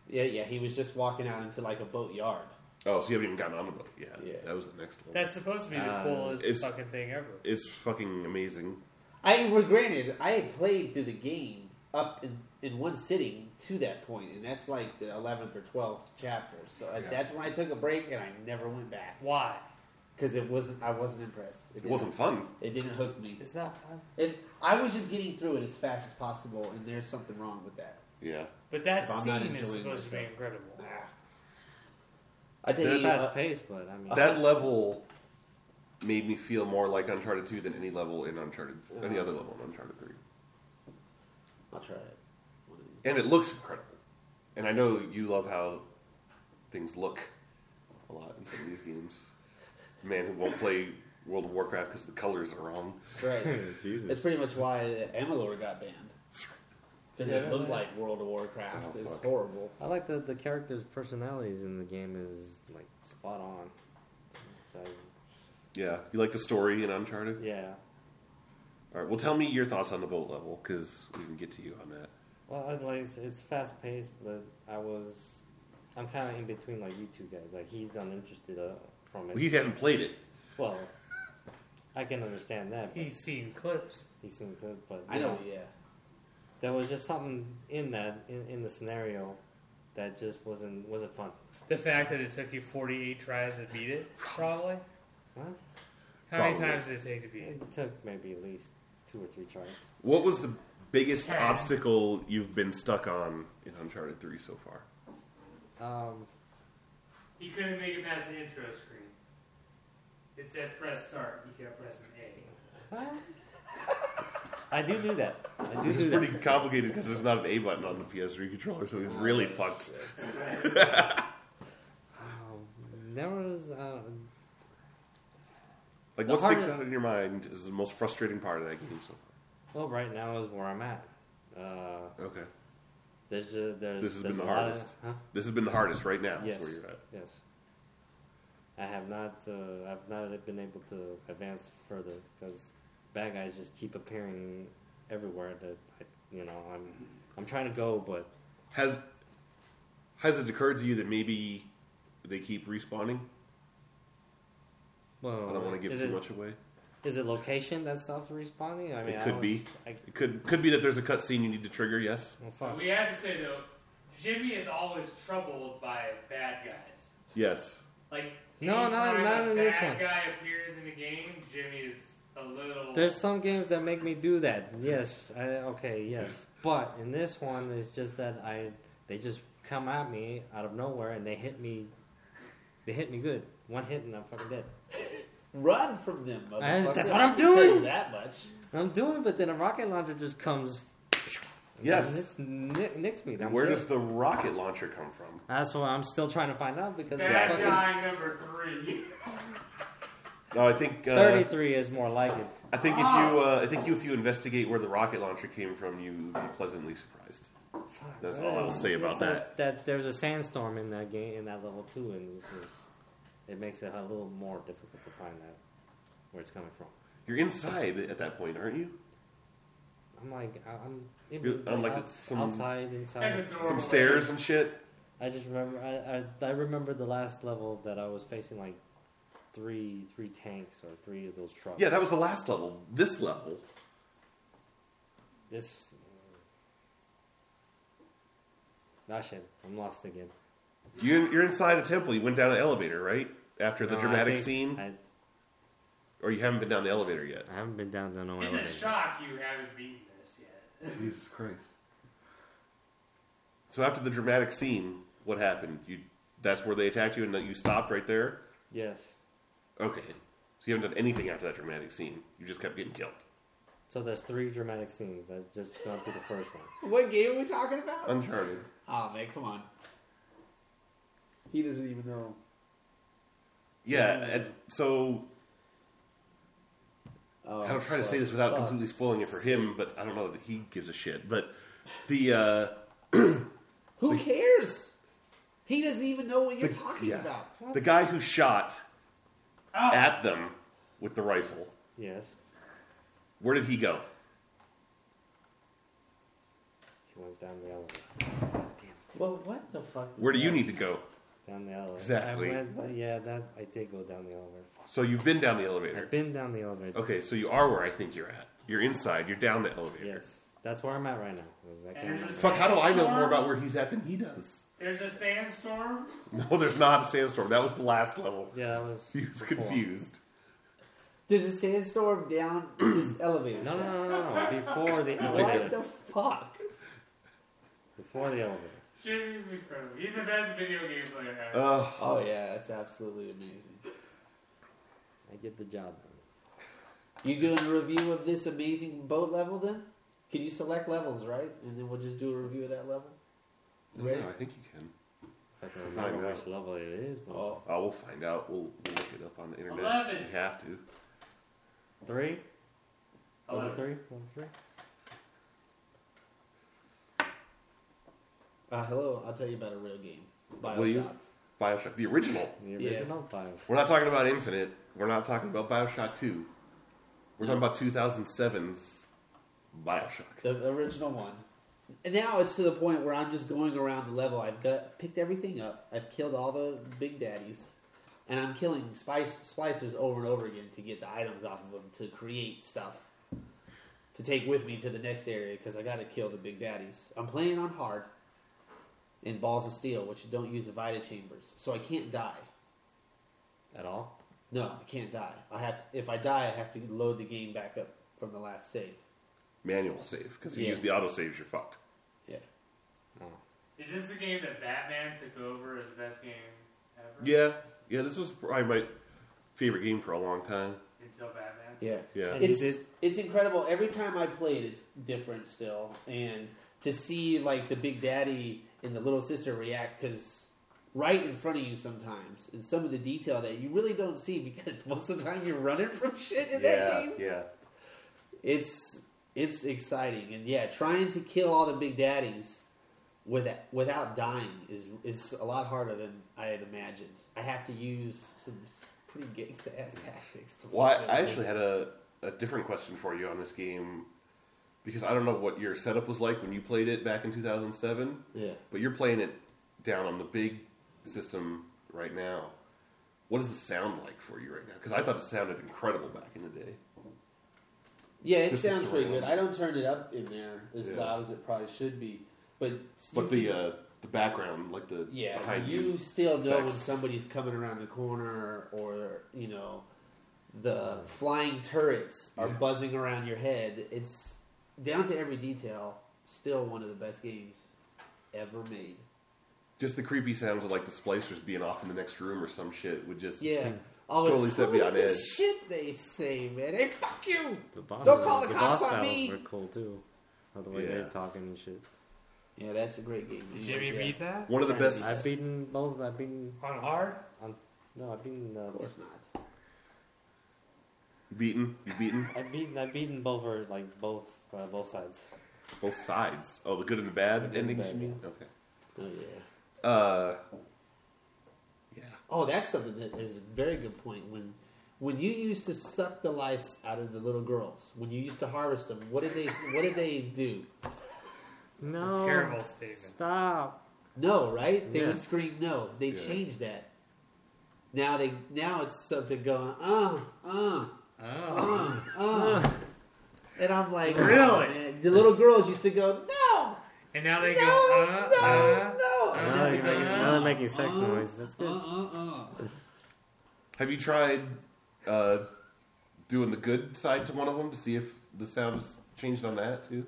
Speaker 4: Yeah, yeah. He was just walking out into like a boatyard.
Speaker 3: Oh, so you haven't even gotten on the boat. Yeah,
Speaker 4: Yeah.
Speaker 3: that was the next level.
Speaker 2: That's supposed to be the
Speaker 1: Uh,
Speaker 2: coolest
Speaker 3: it's-
Speaker 2: fucking thing ever.
Speaker 3: it's fucking amazing.
Speaker 4: I well, granted, I had played through the game up in, in one sitting to that point, and that's like the eleventh or twelfth chapter. So I,
Speaker 3: Yeah.
Speaker 4: that's when I took a break, and I never went back
Speaker 2: Why?
Speaker 4: because it wasn't. I wasn't impressed.
Speaker 3: It
Speaker 4: didn't-
Speaker 3: wasn't fun.
Speaker 4: It didn't hook me.
Speaker 2: It's not fun.
Speaker 4: If I was just getting through it as fast as possible, and there's something wrong with that.
Speaker 3: Yeah,
Speaker 2: But that
Speaker 4: If I'm not
Speaker 2: scene is
Speaker 4: enjoying
Speaker 2: supposed to be
Speaker 4: myself.
Speaker 2: incredible.
Speaker 4: I tell
Speaker 1: It's
Speaker 4: you,
Speaker 1: fast
Speaker 4: uh,
Speaker 1: paced, but I mean
Speaker 3: that level made me feel more like Uncharted Two than any level in Uncharted, any other level in Uncharted Three.
Speaker 4: I'll try it. One of these.
Speaker 3: and it looks incredible. And I know you love how things look a lot in some of these games. Man who won't play World of Warcraft because the colors are wrong.
Speaker 4: Right.
Speaker 1: Jesus.
Speaker 4: That's pretty much why Amalur got banned because
Speaker 1: Yeah.
Speaker 4: it looked like World of Warcraft.
Speaker 3: Oh,
Speaker 4: it was
Speaker 3: fuck.
Speaker 4: horrible.
Speaker 1: I like the the characters' personalities in the game is like spot on. So
Speaker 3: Yeah, you like the story in Uncharted.
Speaker 1: yeah.
Speaker 3: All right, well, tell me your thoughts on the boat level because we can get to you on that.
Speaker 1: Well, I'd like it's, it's fast paced, but I was I'm kind of in between like you two guys. Like he's uninterested uh, from it.
Speaker 3: Well, he hasn't played it.
Speaker 1: well, I can understand that. But
Speaker 2: He's seen clips.
Speaker 1: he seemed good, but
Speaker 4: I
Speaker 1: you
Speaker 4: know. Yeah.
Speaker 1: there was just something in that in, in the scenario that just wasn't wasn't fun.
Speaker 2: The fact that it took you 48 tries to beat it, probably.
Speaker 1: Huh?
Speaker 2: How many
Speaker 3: Probably.
Speaker 2: times did it take to beat it?
Speaker 1: It took maybe at least two or three tries.
Speaker 3: What was the biggest
Speaker 2: Yeah.
Speaker 3: obstacle you've been stuck on in Uncharted Three so far?
Speaker 1: Um,
Speaker 2: He couldn't make it past the intro screen. It said press start. You kept pressing A.
Speaker 1: I do do that. I do
Speaker 3: This
Speaker 1: do
Speaker 3: is
Speaker 1: that.
Speaker 3: pretty complicated because there's not an A button on the PS3 controller, so he's really fucked.
Speaker 1: Um, there was uh,
Speaker 3: Like,
Speaker 1: The
Speaker 3: what sticks
Speaker 1: harder-
Speaker 3: out in your mind is the most frustrating part of that game so
Speaker 1: well, right now is where I'm at. Uh,
Speaker 3: far. Okay.
Speaker 1: there's just, there's
Speaker 3: This has
Speaker 1: there's
Speaker 3: been
Speaker 1: a
Speaker 3: the
Speaker 1: lot of-
Speaker 3: hardest.
Speaker 1: huh?
Speaker 3: This has been the hardest right now. is
Speaker 1: Yes.
Speaker 3: where you're at.
Speaker 1: Yes. I have not. Uh, I've not been able to advance further because bad guys just keep appearing everywhere. That I, you know, I'm I'm trying to go, but
Speaker 3: Has has it occurred to you that maybe they keep respawning?
Speaker 1: well,
Speaker 3: I don't want to give
Speaker 1: is
Speaker 3: too
Speaker 1: it,
Speaker 3: much away.
Speaker 1: Is it location that stops responding? I mean,
Speaker 3: It
Speaker 1: I
Speaker 3: could
Speaker 1: was,
Speaker 3: be.
Speaker 1: I,
Speaker 3: It could could be that there's a cutscene you need to trigger. Yes.
Speaker 1: well, fuck.
Speaker 2: We have to say, though, Jimmy is always troubled by bad guys.
Speaker 3: Yes.
Speaker 2: Like,
Speaker 1: No, not-
Speaker 2: anytime
Speaker 1: not
Speaker 2: a
Speaker 1: in this
Speaker 2: bad
Speaker 1: one.
Speaker 2: guy appears in the game, Jimmy is a little.
Speaker 1: There's some games that make me do that. Yes. I, okay. Yes. But in this one, it's just that I they just come at me out of nowhere and they hit me. They hit me good. One hit and I'm fucking dead.
Speaker 4: Run from them, motherfucker.
Speaker 1: that's what I'm
Speaker 4: I can tell you
Speaker 1: doing.
Speaker 4: That much.
Speaker 1: I'm doing it, but then a rocket launcher just comes.
Speaker 3: Yes.
Speaker 1: And it's nick, nicks me. I'm
Speaker 3: Where
Speaker 1: dead.
Speaker 3: does the rocket launcher come from?
Speaker 1: That's what I'm still trying to find out because it's
Speaker 2: Bad
Speaker 1: fucking-
Speaker 2: guy number three.
Speaker 3: No, I think uh,
Speaker 1: 33 is more like it.
Speaker 3: I think if you
Speaker 1: Ah!
Speaker 3: uh, I think you, if you investigate where the rocket launcher came from, you'd be pleasantly surprised. That's all I will say about
Speaker 1: It's like
Speaker 3: that.
Speaker 1: That there's a sandstorm in that game in that level too, and it's just it makes it a little more difficult to find that where it's coming from.
Speaker 3: You're inside at that point, aren't you?
Speaker 1: I'm like I- I'm in
Speaker 3: You're-
Speaker 1: between,
Speaker 3: I'm like
Speaker 1: out-
Speaker 3: some-
Speaker 1: outside
Speaker 2: And
Speaker 1: inside.
Speaker 2: the door
Speaker 3: Some
Speaker 2: was-
Speaker 3: stairs and shit.
Speaker 1: I just remember I, I I remember the last level that I was facing like three three tanks or three of those trucks.
Speaker 3: Yeah, that was the last level. This level.
Speaker 1: This Ah, shit. I'm lost again.
Speaker 3: You, you're inside a temple. You went down an elevator, right? After the
Speaker 1: No, Uh, I
Speaker 3: dramatic
Speaker 1: think
Speaker 3: scene,
Speaker 1: I,
Speaker 3: or you haven't been down the elevator yet?
Speaker 1: I haven't been down to no
Speaker 2: It's
Speaker 1: elevator.
Speaker 2: a shock you haven't beaten this yet.
Speaker 3: Jesus Christ. So after the dramatic scene, what happened? You that's where they attacked you, and that you stopped right there.
Speaker 1: Yes.
Speaker 3: Okay. So you haven't done anything after that dramatic scene. You just kept getting killed.
Speaker 1: So there's three dramatic scenes. I've just gone through the first one.
Speaker 4: What game are we talking about?
Speaker 3: Uncharted.
Speaker 4: Oh man, come on. He doesn't even know.
Speaker 3: Yeah. And so
Speaker 4: Oh,
Speaker 3: I'm trying to say
Speaker 4: fuck.
Speaker 3: this without
Speaker 4: Fuck.
Speaker 3: completely spoiling it for him, but I don't know that he gives a shit. But the uh,
Speaker 4: Who cares? He doesn't even know what you're
Speaker 3: The-
Speaker 4: talking
Speaker 3: yeah.
Speaker 4: about.
Speaker 3: the guy who shot
Speaker 2: Oh,
Speaker 3: at them with the rifle,
Speaker 1: Yes.
Speaker 3: where did he go?
Speaker 1: She went down the elevator.
Speaker 4: Well, what the fuck? does
Speaker 3: Where do you
Speaker 4: that-
Speaker 3: need to go?
Speaker 1: Down the elevator.
Speaker 3: Exactly.
Speaker 1: I went, yeah, that I did go down the elevator.
Speaker 3: So you've been down the
Speaker 1: I've
Speaker 3: elevator.
Speaker 1: been down the elevator.
Speaker 3: Okay, so you are where I think you're at. You're inside. You're down the elevator.
Speaker 1: Yes, that's where I'm at right now. Is that
Speaker 2: And there's a
Speaker 3: Fuck, how do I know more
Speaker 2: sandstorm.
Speaker 3: about where he's at than he does?
Speaker 2: There's a sandstorm.
Speaker 3: No, there's not a sandstorm. That was the last level.
Speaker 1: yeah, that was.
Speaker 3: He was
Speaker 1: four.
Speaker 3: confused.
Speaker 4: There's a sandstorm down this elevator.
Speaker 1: No,
Speaker 4: shaft.
Speaker 1: no, no, no, no. Before the
Speaker 4: What the
Speaker 1: elevator.
Speaker 4: fuck?
Speaker 1: Before the elevator.
Speaker 2: Jimmy's incredible. He's the best video game player ever.
Speaker 3: Ugh.
Speaker 4: Oh yeah, that's absolutely amazing.
Speaker 1: I get the job done.
Speaker 4: You doing a review of this amazing boat level then? Can you select levels, right? And then we'll just do a review of that level?
Speaker 3: I don't know, I think you can.
Speaker 1: If I can
Speaker 3: Find
Speaker 1: remember
Speaker 3: out.
Speaker 1: which level it is, but
Speaker 4: Oh.
Speaker 3: Oh, we'll find out. We'll, we'll look it up on the internet.
Speaker 2: Eleven.
Speaker 3: We have to.
Speaker 1: three, level
Speaker 2: Eleven.
Speaker 1: three, level three.
Speaker 4: Uh, hello, I'll tell you about a real game.
Speaker 3: Will you?
Speaker 4: Bioshock.
Speaker 3: Bioshock, the original.
Speaker 1: The
Speaker 4: Yeah.
Speaker 1: original five.
Speaker 3: We're not talking about Infinite. We're not talking about Bioshock 2. We're talking about 2007's Bioshock.
Speaker 4: The original one. And now it's to the point where I'm just going around the level. I've got picked everything up. I've killed all the big daddies. And I'm killing spice splicers over and over again to get the items off of them to create stuff to take with me to the next area because I got to kill the big daddies. I'm playing on hard in balls of steel, which don't use the vita chambers, so I can't die.
Speaker 1: At all?
Speaker 4: No, I can't die. I have to, if I die, I have to load the game back up from the last save.
Speaker 3: Manual save. Because if you
Speaker 4: Yeah.
Speaker 3: use the auto saves, you're fucked.
Speaker 4: Yeah.
Speaker 2: Is this the game that Batman took over as best game ever?
Speaker 3: Yeah. Yeah, this was probably my favorite game for a long time.
Speaker 2: Until Batman.
Speaker 4: Yeah.
Speaker 3: Yeah.
Speaker 1: And-
Speaker 4: it's
Speaker 1: you did-
Speaker 4: it's incredible. Every time I play it, it's different still, and to see like the big daddy and the little sister react because right in front of you sometimes, and some of the detail that you really don't see because most of the time you're running from shit in that
Speaker 3: yeah.
Speaker 4: game.
Speaker 3: Yeah.
Speaker 4: It's it's exciting, and yeah, trying to kill all the big daddies. Without, without dying is is a lot harder than I had imagined. I have to use some pretty gangsta ass tactics. To
Speaker 3: Well,
Speaker 4: fucking
Speaker 3: I, I
Speaker 4: win.
Speaker 3: actually had a, a different question for you on this game because I don't know what your setup was like when you played it back in 2007,
Speaker 4: yeah.
Speaker 3: but you're playing it down on the big system right now. What does the sound like for you right now? Because I thought it sounded incredible back in the day.
Speaker 4: Yeah, it
Speaker 3: Just the
Speaker 4: sounds pretty
Speaker 3: surround.
Speaker 4: good. I don't turn it up in there as
Speaker 3: Yeah.
Speaker 4: loud as it probably should be, but
Speaker 3: But
Speaker 4: you
Speaker 3: the
Speaker 4: can-
Speaker 3: uh, the background, like the
Speaker 4: yeah,
Speaker 3: behind
Speaker 4: you,
Speaker 3: you,
Speaker 4: still know when
Speaker 3: effects.
Speaker 4: somebody's coming around the corner, or you know, the flying turrets are
Speaker 3: Yeah.
Speaker 4: buzzing around your head. It's down to every detail. Still one of the best games ever made.
Speaker 3: just the creepy sounds of like the splicers being off in the next room or some shit would just
Speaker 4: Yeah. Oh,
Speaker 3: Hmm.
Speaker 4: it's-
Speaker 3: Totally set me
Speaker 4: look
Speaker 3: on
Speaker 4: at the
Speaker 3: edge.
Speaker 4: Shit, they say, man. Hey, fuck you.
Speaker 1: The boss
Speaker 4: Don't call the cops
Speaker 1: boss
Speaker 4: on
Speaker 1: battles
Speaker 4: me!
Speaker 1: Were cool too. Not the way
Speaker 3: Yeah.
Speaker 1: they're talking and shit.
Speaker 4: Yeah, that's a great game.
Speaker 2: Did Jimmy
Speaker 4: Yeah.
Speaker 2: beat that?
Speaker 3: one of the best.
Speaker 1: I've beaten both. I've beaten
Speaker 2: On hard?
Speaker 1: no. I've beaten.
Speaker 4: Of
Speaker 1: Uh,
Speaker 4: course not.
Speaker 3: beaten, you beaten
Speaker 1: I've beaten. I've beaten both or like both uh, both sides.
Speaker 3: both sides. Oh, the good and the bad
Speaker 1: The good and
Speaker 3: endings.
Speaker 1: bad,
Speaker 3: you mean? Okay.
Speaker 4: Oh yeah.
Speaker 3: Uh, yeah.
Speaker 4: Oh, that's something that is a very good point. When when you used to suck the life out of the little girls, when you used to harvest them, what did they what did they do?
Speaker 1: No.
Speaker 2: Terrible statement.
Speaker 1: Stop.
Speaker 4: No, right? They
Speaker 1: Yeah.
Speaker 4: would scream no. They
Speaker 3: Yeah.
Speaker 4: changed that. Now they now it's something going uh uh
Speaker 2: Oh.
Speaker 4: uh uh, and I'm like
Speaker 2: Really?
Speaker 4: "Oh, man." The little girls used to go no
Speaker 2: And now they
Speaker 4: no
Speaker 2: go, uh,
Speaker 4: no
Speaker 2: uh,
Speaker 1: making sex
Speaker 4: uh,
Speaker 1: noise. That's good.
Speaker 4: Uh, uh, uh.
Speaker 3: Have you tried uh, doing the good side to one of them to see if the sound has changed on that too?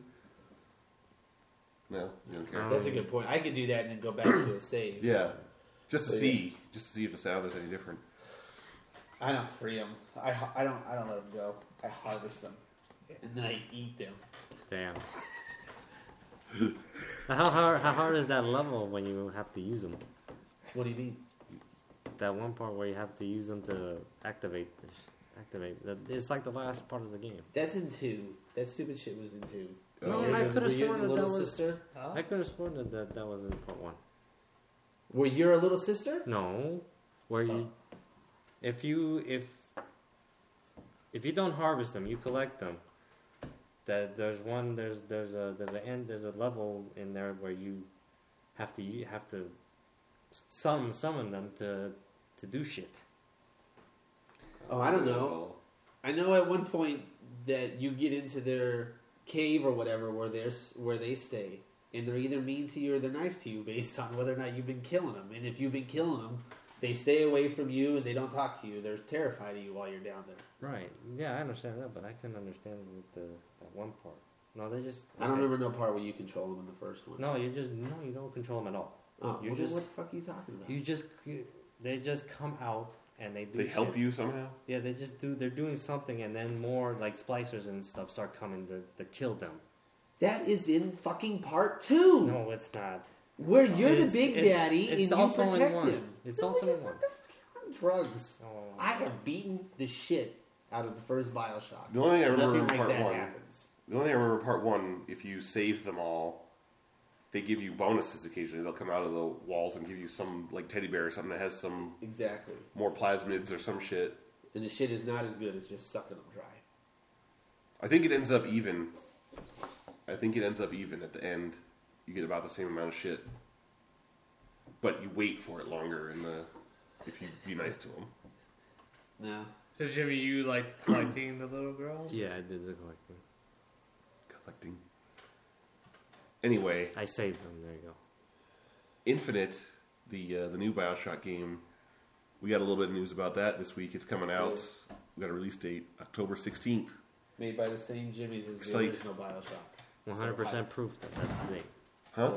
Speaker 3: No, you don't care.
Speaker 1: Um,
Speaker 4: That's a good point. I could do that and then go back to a save.
Speaker 3: yeah, just to
Speaker 4: So, yeah.
Speaker 3: see, just to see if the sound is any different.
Speaker 4: I don't free them. I, ha- I don't I don't let them go. I harvest them, and then I eat them.
Speaker 1: Damn. how hard? How hard is that level when you have to use them?
Speaker 4: What do you mean?
Speaker 1: That one part where you have to use them to activate. This, activate. that- It's like the last part of the game.
Speaker 4: That's in two. That stupid shit was in two.
Speaker 1: No,
Speaker 3: Oh,
Speaker 1: I
Speaker 4: Were you-
Speaker 1: could've
Speaker 4: were you
Speaker 1: sworn
Speaker 4: the
Speaker 1: that
Speaker 4: little
Speaker 1: that was-
Speaker 4: sister.
Speaker 2: Huh?
Speaker 1: I could have sworn that, that that was in part one.
Speaker 4: Were you a little sister?
Speaker 1: No, where you, if you if if you don't harvest them, you collect them. That there's one there's there's a there's a end there's a level in there where you have to you have to summon summon them to to do shit.
Speaker 4: Oh, I don't know. I know at one point that you get into their cave or whatever where they're s- where they stay, and they're either mean to you or they're nice to you based on whether or not you've been killing them. And if you've been killing them, they stay away from you and they don't talk to you. They're terrified of you while you're down there.
Speaker 1: Right. Yeah, I understand that, but I couldn't understand with the that one part. No, they just.
Speaker 4: I don't
Speaker 1: okay.
Speaker 4: remember no part where you control them in the first one.
Speaker 1: No, you just no, you don't control them at all.
Speaker 4: Oh,
Speaker 1: You
Speaker 4: well, then
Speaker 1: just-
Speaker 4: what the fuck are you talking about?
Speaker 1: You just you, they just come out and they do.
Speaker 3: They help
Speaker 1: shit.
Speaker 3: you somehow.
Speaker 1: Yeah, they just do. They're doing something, and then more like splicers and stuff start coming to, to kill them.
Speaker 4: that is in fucking part two,
Speaker 1: No, it's not.
Speaker 4: where you're
Speaker 1: It's-
Speaker 4: the big
Speaker 1: it's-
Speaker 4: daddy
Speaker 1: it's
Speaker 4: and
Speaker 1: also
Speaker 4: you
Speaker 1: in
Speaker 4: protect
Speaker 1: one.
Speaker 4: them.
Speaker 1: It's
Speaker 4: Then
Speaker 1: also
Speaker 4: what
Speaker 1: in
Speaker 4: the
Speaker 1: one.
Speaker 4: fuck on drugs.
Speaker 1: Oh.
Speaker 4: I have beaten the shit out of the first Bioshock.
Speaker 3: The only thing I remember
Speaker 4: Nothing
Speaker 3: in
Speaker 4: like
Speaker 3: part
Speaker 4: that
Speaker 3: one.
Speaker 4: happens.
Speaker 3: The only thing I remember part one, if you save them all, they give you bonuses occasionally. They'll come out of the walls and give you some like teddy bear or something that has some
Speaker 4: Exactly.
Speaker 3: more plasmids or some shit.
Speaker 4: And the shit is not as good as just sucking them dry.
Speaker 3: I think it ends up even. I think it ends up even at the end. You get about the same amount of shit, but you wait for it longer. And the if you be nice to them,
Speaker 4: No.
Speaker 2: So Jimmy, you liked collecting the little girls?
Speaker 1: Yeah, I did look like them.
Speaker 3: collecting. Anyway,
Speaker 1: I saved them. There you go.
Speaker 3: Infinite, the uh, the new Bioshock game. We got a little bit of news about that this week. It's coming out. We got a release date October sixteenth.
Speaker 4: Made by the same Jimmies as the
Speaker 3: Excite.
Speaker 4: original Bioshock.
Speaker 1: One hundred percent proof that that's the date.
Speaker 3: Huh?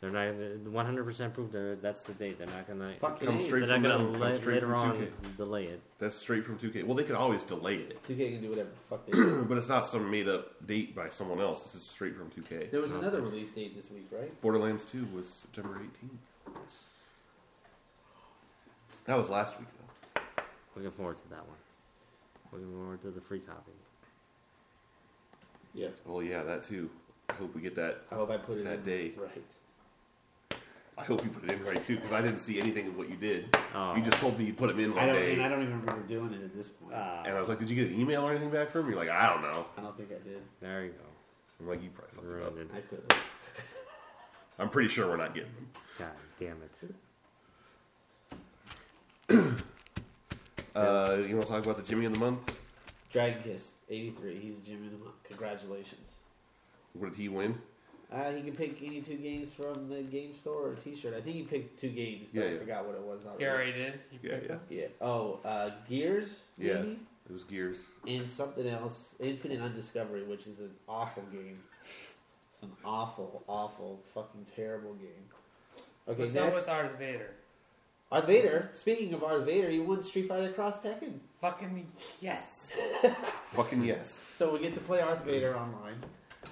Speaker 1: They're not one hundred percent proof that that's the date. They're not gonna.
Speaker 4: Fucking
Speaker 3: Come
Speaker 4: A.
Speaker 3: straight
Speaker 1: They're not
Speaker 3: from
Speaker 1: gonna
Speaker 3: them, come
Speaker 1: la-
Speaker 3: straight
Speaker 1: later
Speaker 3: from
Speaker 1: on
Speaker 3: 2K.
Speaker 1: delay it.
Speaker 3: That's straight from two K. Well, they could always delay it,
Speaker 4: 2K can do whatever the fuck they want.
Speaker 3: but it's not some made up date by someone else. This is straight from two K.
Speaker 4: There was another release date this week, right?
Speaker 3: Borderlands 2 was September 18th. That was last week, though.
Speaker 1: Looking forward to that one. Looking forward to the free copy.
Speaker 4: Yeah.
Speaker 3: Well, yeah, that too. I hope we get that.
Speaker 4: I hope I put it
Speaker 3: That
Speaker 4: in
Speaker 3: day.
Speaker 4: Right.
Speaker 3: I hope you put it in right too, because I didn't see anything of what you did.
Speaker 1: Oh.
Speaker 3: You just told me you put them in
Speaker 4: Uh-huh. I
Speaker 3: one
Speaker 4: don't,
Speaker 3: day,
Speaker 4: and I don't even remember doing it at this point.
Speaker 1: Ah,
Speaker 3: and I was like, "Did you get an email or anything back from?" You're like, "I don't know."
Speaker 4: I don't think I did.
Speaker 1: there you go.
Speaker 3: I'm like, "You probably fucked it up."
Speaker 1: Ruined it.
Speaker 4: I could.
Speaker 3: I'm pretty sure we're not getting them.
Speaker 1: God damn it.
Speaker 3: Uh, you want to talk about the Jimmy of the month?
Speaker 4: Dragon Kiss, 83. He's Jimmy the Monk. Congratulations.
Speaker 3: What did he win?
Speaker 4: Uh, he can pick any two games from the game store or T-shirt. I think he picked two games, but
Speaker 3: Yeah,
Speaker 4: I
Speaker 3: yeah.
Speaker 4: forgot what it was. Already.
Speaker 2: Gary did. You
Speaker 3: Yeah,
Speaker 2: picked
Speaker 3: yeah.
Speaker 2: up?
Speaker 4: Yeah. Oh, uh, Gears.
Speaker 3: Yeah.
Speaker 4: Maybe?
Speaker 3: It was Gears.
Speaker 4: And something else, Infinite Undiscovery, which is an awful game. It's an awful, awful, fucking terrible game. Okay,
Speaker 2: What's up
Speaker 4: next.
Speaker 2: with Darth Vader?
Speaker 4: Darth Vader. Speaking of Darth Vader, he won Street Fighter Cross Tekken,
Speaker 2: Fucking yes.
Speaker 3: Fucking yes.
Speaker 4: so we get to play Darth Vader online.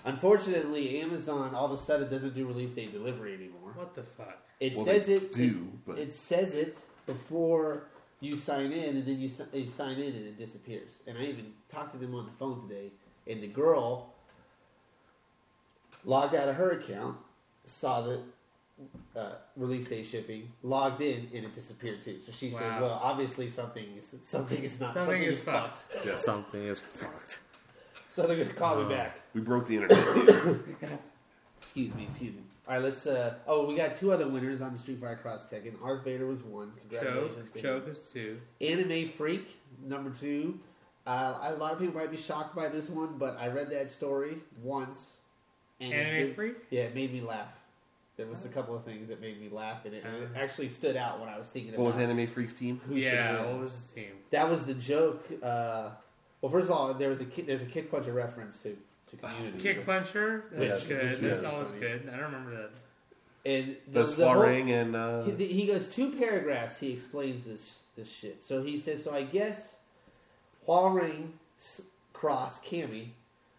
Speaker 4: Unfortunately, Amazon all of a sudden doesn't do release day delivery anymore.
Speaker 2: What the fuck?
Speaker 4: It
Speaker 3: Well,
Speaker 4: says
Speaker 3: they
Speaker 4: it
Speaker 3: do,
Speaker 4: it,
Speaker 3: but-
Speaker 4: it says it before you sign in, and then you, si- you sign in and it disappears. And I even talked to them on the phone today, and the girl logged out of her account, saw the uh, release day shipping, logged in, and it disappeared too. So she said,
Speaker 2: Wow.
Speaker 4: "Well, obviously something is something is not
Speaker 2: Something is fucked."
Speaker 3: Yes.
Speaker 1: Something is fucked.
Speaker 4: So they're gonna call me back."
Speaker 3: We broke the internet. dude.
Speaker 4: Excuse me, excuse me. All right, let's. Uh, oh, we got two other winners on the Street Fighter Cross Tekken. Darth Vader was one. Congratulations,
Speaker 2: Choke.
Speaker 4: to him.
Speaker 2: Choke is two.
Speaker 4: Anime Freak, number two. Uh, a lot of people might be shocked by this one, but I read that story once. And it
Speaker 2: Anime
Speaker 4: did-
Speaker 2: Freak?
Speaker 4: Yeah, it made me laugh. There was a couple of things that made me laugh, and it, and
Speaker 2: Oh.
Speaker 4: it actually stood out when I was thinking about
Speaker 3: What was Anime Freaks team?
Speaker 4: who should
Speaker 2: yeah,
Speaker 4: win.
Speaker 2: what was his team?
Speaker 4: That was the joke. Uh, well, first of all, there was a ki- there's a Kid Puncher reference to, to Community,
Speaker 2: Kick Puncher? That's
Speaker 3: Yes.
Speaker 2: good.
Speaker 3: Yes.
Speaker 2: That's always
Speaker 4: Yes.
Speaker 2: good. I don't remember that.
Speaker 4: and the,
Speaker 3: The
Speaker 4: the whole-
Speaker 3: Soirang and uh,
Speaker 4: He, he goes two paragraphs. He explains this this shit. So he says, so I guess Hua Ring s- cross Cammy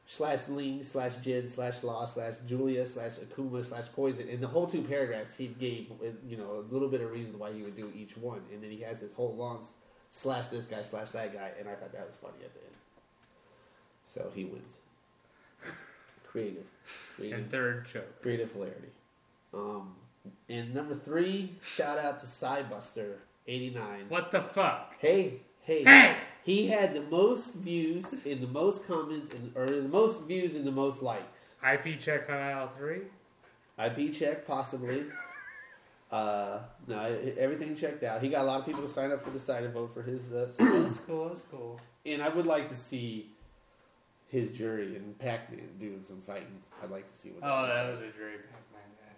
Speaker 4: slash Ling slash Jin slash Law slash Julia slash Akuma slash Poison. And the whole two paragraphs he gave, uh, you know, a little bit of reason why he would do each one. And then he has this whole long s- slash this guy slash that guy. And I thought that was funny at the end. So he wins. Creative, creative
Speaker 2: And third choke.
Speaker 4: creative hilarity. Um, and number three, shout out to Cybuster eighty nine.
Speaker 2: What the fuck?
Speaker 4: Hey, hey,
Speaker 2: Hey!
Speaker 4: He had the most views and the most comments and or the most views and the most likes.
Speaker 2: IP check on aisle three?
Speaker 4: IP check possibly. uh, no, e- everything checked out. He got a lot of people to sign up for the site and vote for his. Uh,
Speaker 2: That's cool, that's cool.
Speaker 4: and I would like to see his jury and Pac Man doing some fighting. I'd like to see what.
Speaker 2: Oh,
Speaker 4: looks
Speaker 2: that
Speaker 4: like.
Speaker 2: was a dream. Pac-Man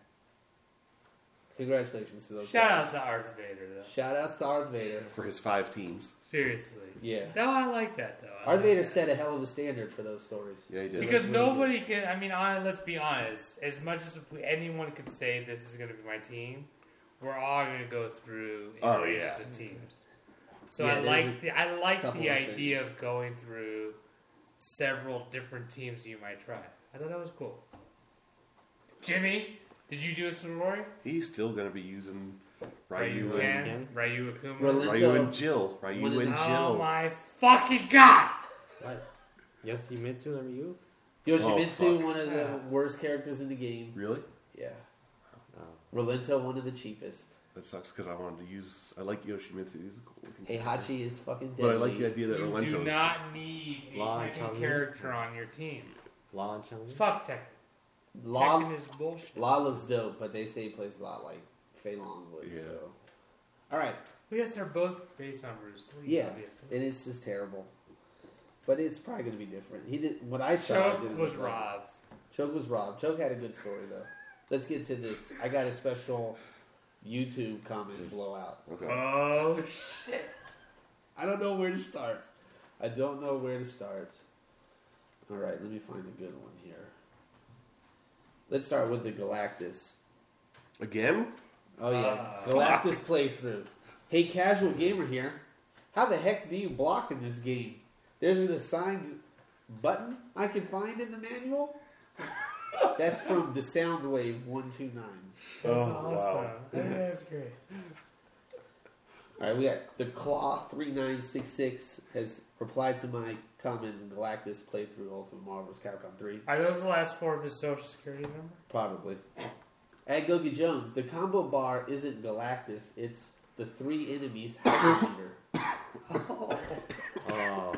Speaker 4: Congratulations to those.
Speaker 2: guy. Shout
Speaker 4: guys.
Speaker 2: out to Darth Vader, though.
Speaker 4: Shout out to Darth Vader.
Speaker 3: for his five teams.
Speaker 2: Seriously.
Speaker 4: Yeah.
Speaker 2: No, I like that, though. I
Speaker 4: Darth
Speaker 2: like
Speaker 4: Vader
Speaker 2: that.
Speaker 4: set a hell of a standard for those stories.
Speaker 3: Oh, Yeah, he did.
Speaker 2: Because
Speaker 4: really
Speaker 2: nobody can. I mean, hon let's be honest. As much as we, anyone can say this is going to be my team, we're all going to go through
Speaker 3: Oh,
Speaker 2: areas
Speaker 3: yeah.
Speaker 2: of teams. So
Speaker 4: Yeah,
Speaker 2: I
Speaker 4: there's
Speaker 2: like the, I like
Speaker 4: couple
Speaker 2: the
Speaker 4: of
Speaker 2: idea of going through several different teams you might try. I thought that was cool. Jimmy, did you do a sorority?
Speaker 3: He's still going to be using Ryu
Speaker 1: Ryu
Speaker 3: and
Speaker 1: and-
Speaker 2: Ken? Ryu Akuma.
Speaker 4: Relin-
Speaker 3: Ryu
Speaker 4: Lento.
Speaker 3: and Jill. Ryu
Speaker 4: One of
Speaker 3: and
Speaker 4: the-
Speaker 2: oh
Speaker 3: Jill.
Speaker 2: my fucking god!
Speaker 1: What? Yoshimitsu and Ryu?
Speaker 4: Yoshimitsu,
Speaker 3: Oh, fuck.
Speaker 4: one of the
Speaker 2: Yeah.
Speaker 4: worst characters in the game.
Speaker 3: Really?
Speaker 4: Yeah.
Speaker 1: Oh.
Speaker 4: Relento, one of the cheapest.
Speaker 3: That sucks because I wanted to use. I like Yoshimitsu. He's a cool looking character.
Speaker 4: Heihachi is fucking dead.
Speaker 3: But I like the idea that
Speaker 2: You
Speaker 3: Relento's.
Speaker 2: do not need a
Speaker 1: Lon
Speaker 2: fucking
Speaker 1: Chaney.
Speaker 2: character on your team.
Speaker 1: Law and Chun-Li?
Speaker 2: Fuck Tekken.
Speaker 4: Law,
Speaker 2: Tekken is bullshit.
Speaker 4: Law looks dope, but they say he plays a lot like Fei Long would.
Speaker 3: Yeah.
Speaker 4: So. All right.
Speaker 2: Well, yes, they're both based on Bruce Lee,
Speaker 4: Yeah.
Speaker 2: obviously.
Speaker 4: And it's just terrible. But it's probably going to be different. He did what I saw. I
Speaker 2: Choke
Speaker 4: didn't
Speaker 2: was
Speaker 4: like.
Speaker 2: robbed.
Speaker 4: Choke was robbed. Choke had a good story though. Let's get to this. I got a special YouTube comment blowout.
Speaker 3: Okay.
Speaker 2: Oh,
Speaker 4: I don't know where to start. I don't know where to start. All right, let me find a good one here. Let's start with the Galactus.
Speaker 3: Again?
Speaker 4: Oh yeah,
Speaker 2: Ah.
Speaker 4: Galactus playthrough. Hey, casual gamer here. How the heck do you block in this game? There's an assigned button I can find in the manual. That's from the Soundwave one two nine.
Speaker 2: that's
Speaker 3: Oh,
Speaker 2: awesome.
Speaker 3: wow.
Speaker 2: That was great.
Speaker 4: All right, we got the Claw three nine six six has replied to my comment. Galactus playthrough Ultimate Marvel's Capcom three.
Speaker 2: Are those the last four of his social security number?
Speaker 4: Probably. At Gogi Jones, the combo bar isn't Galactus, it's the three enemies hypermeter.
Speaker 1: Oh.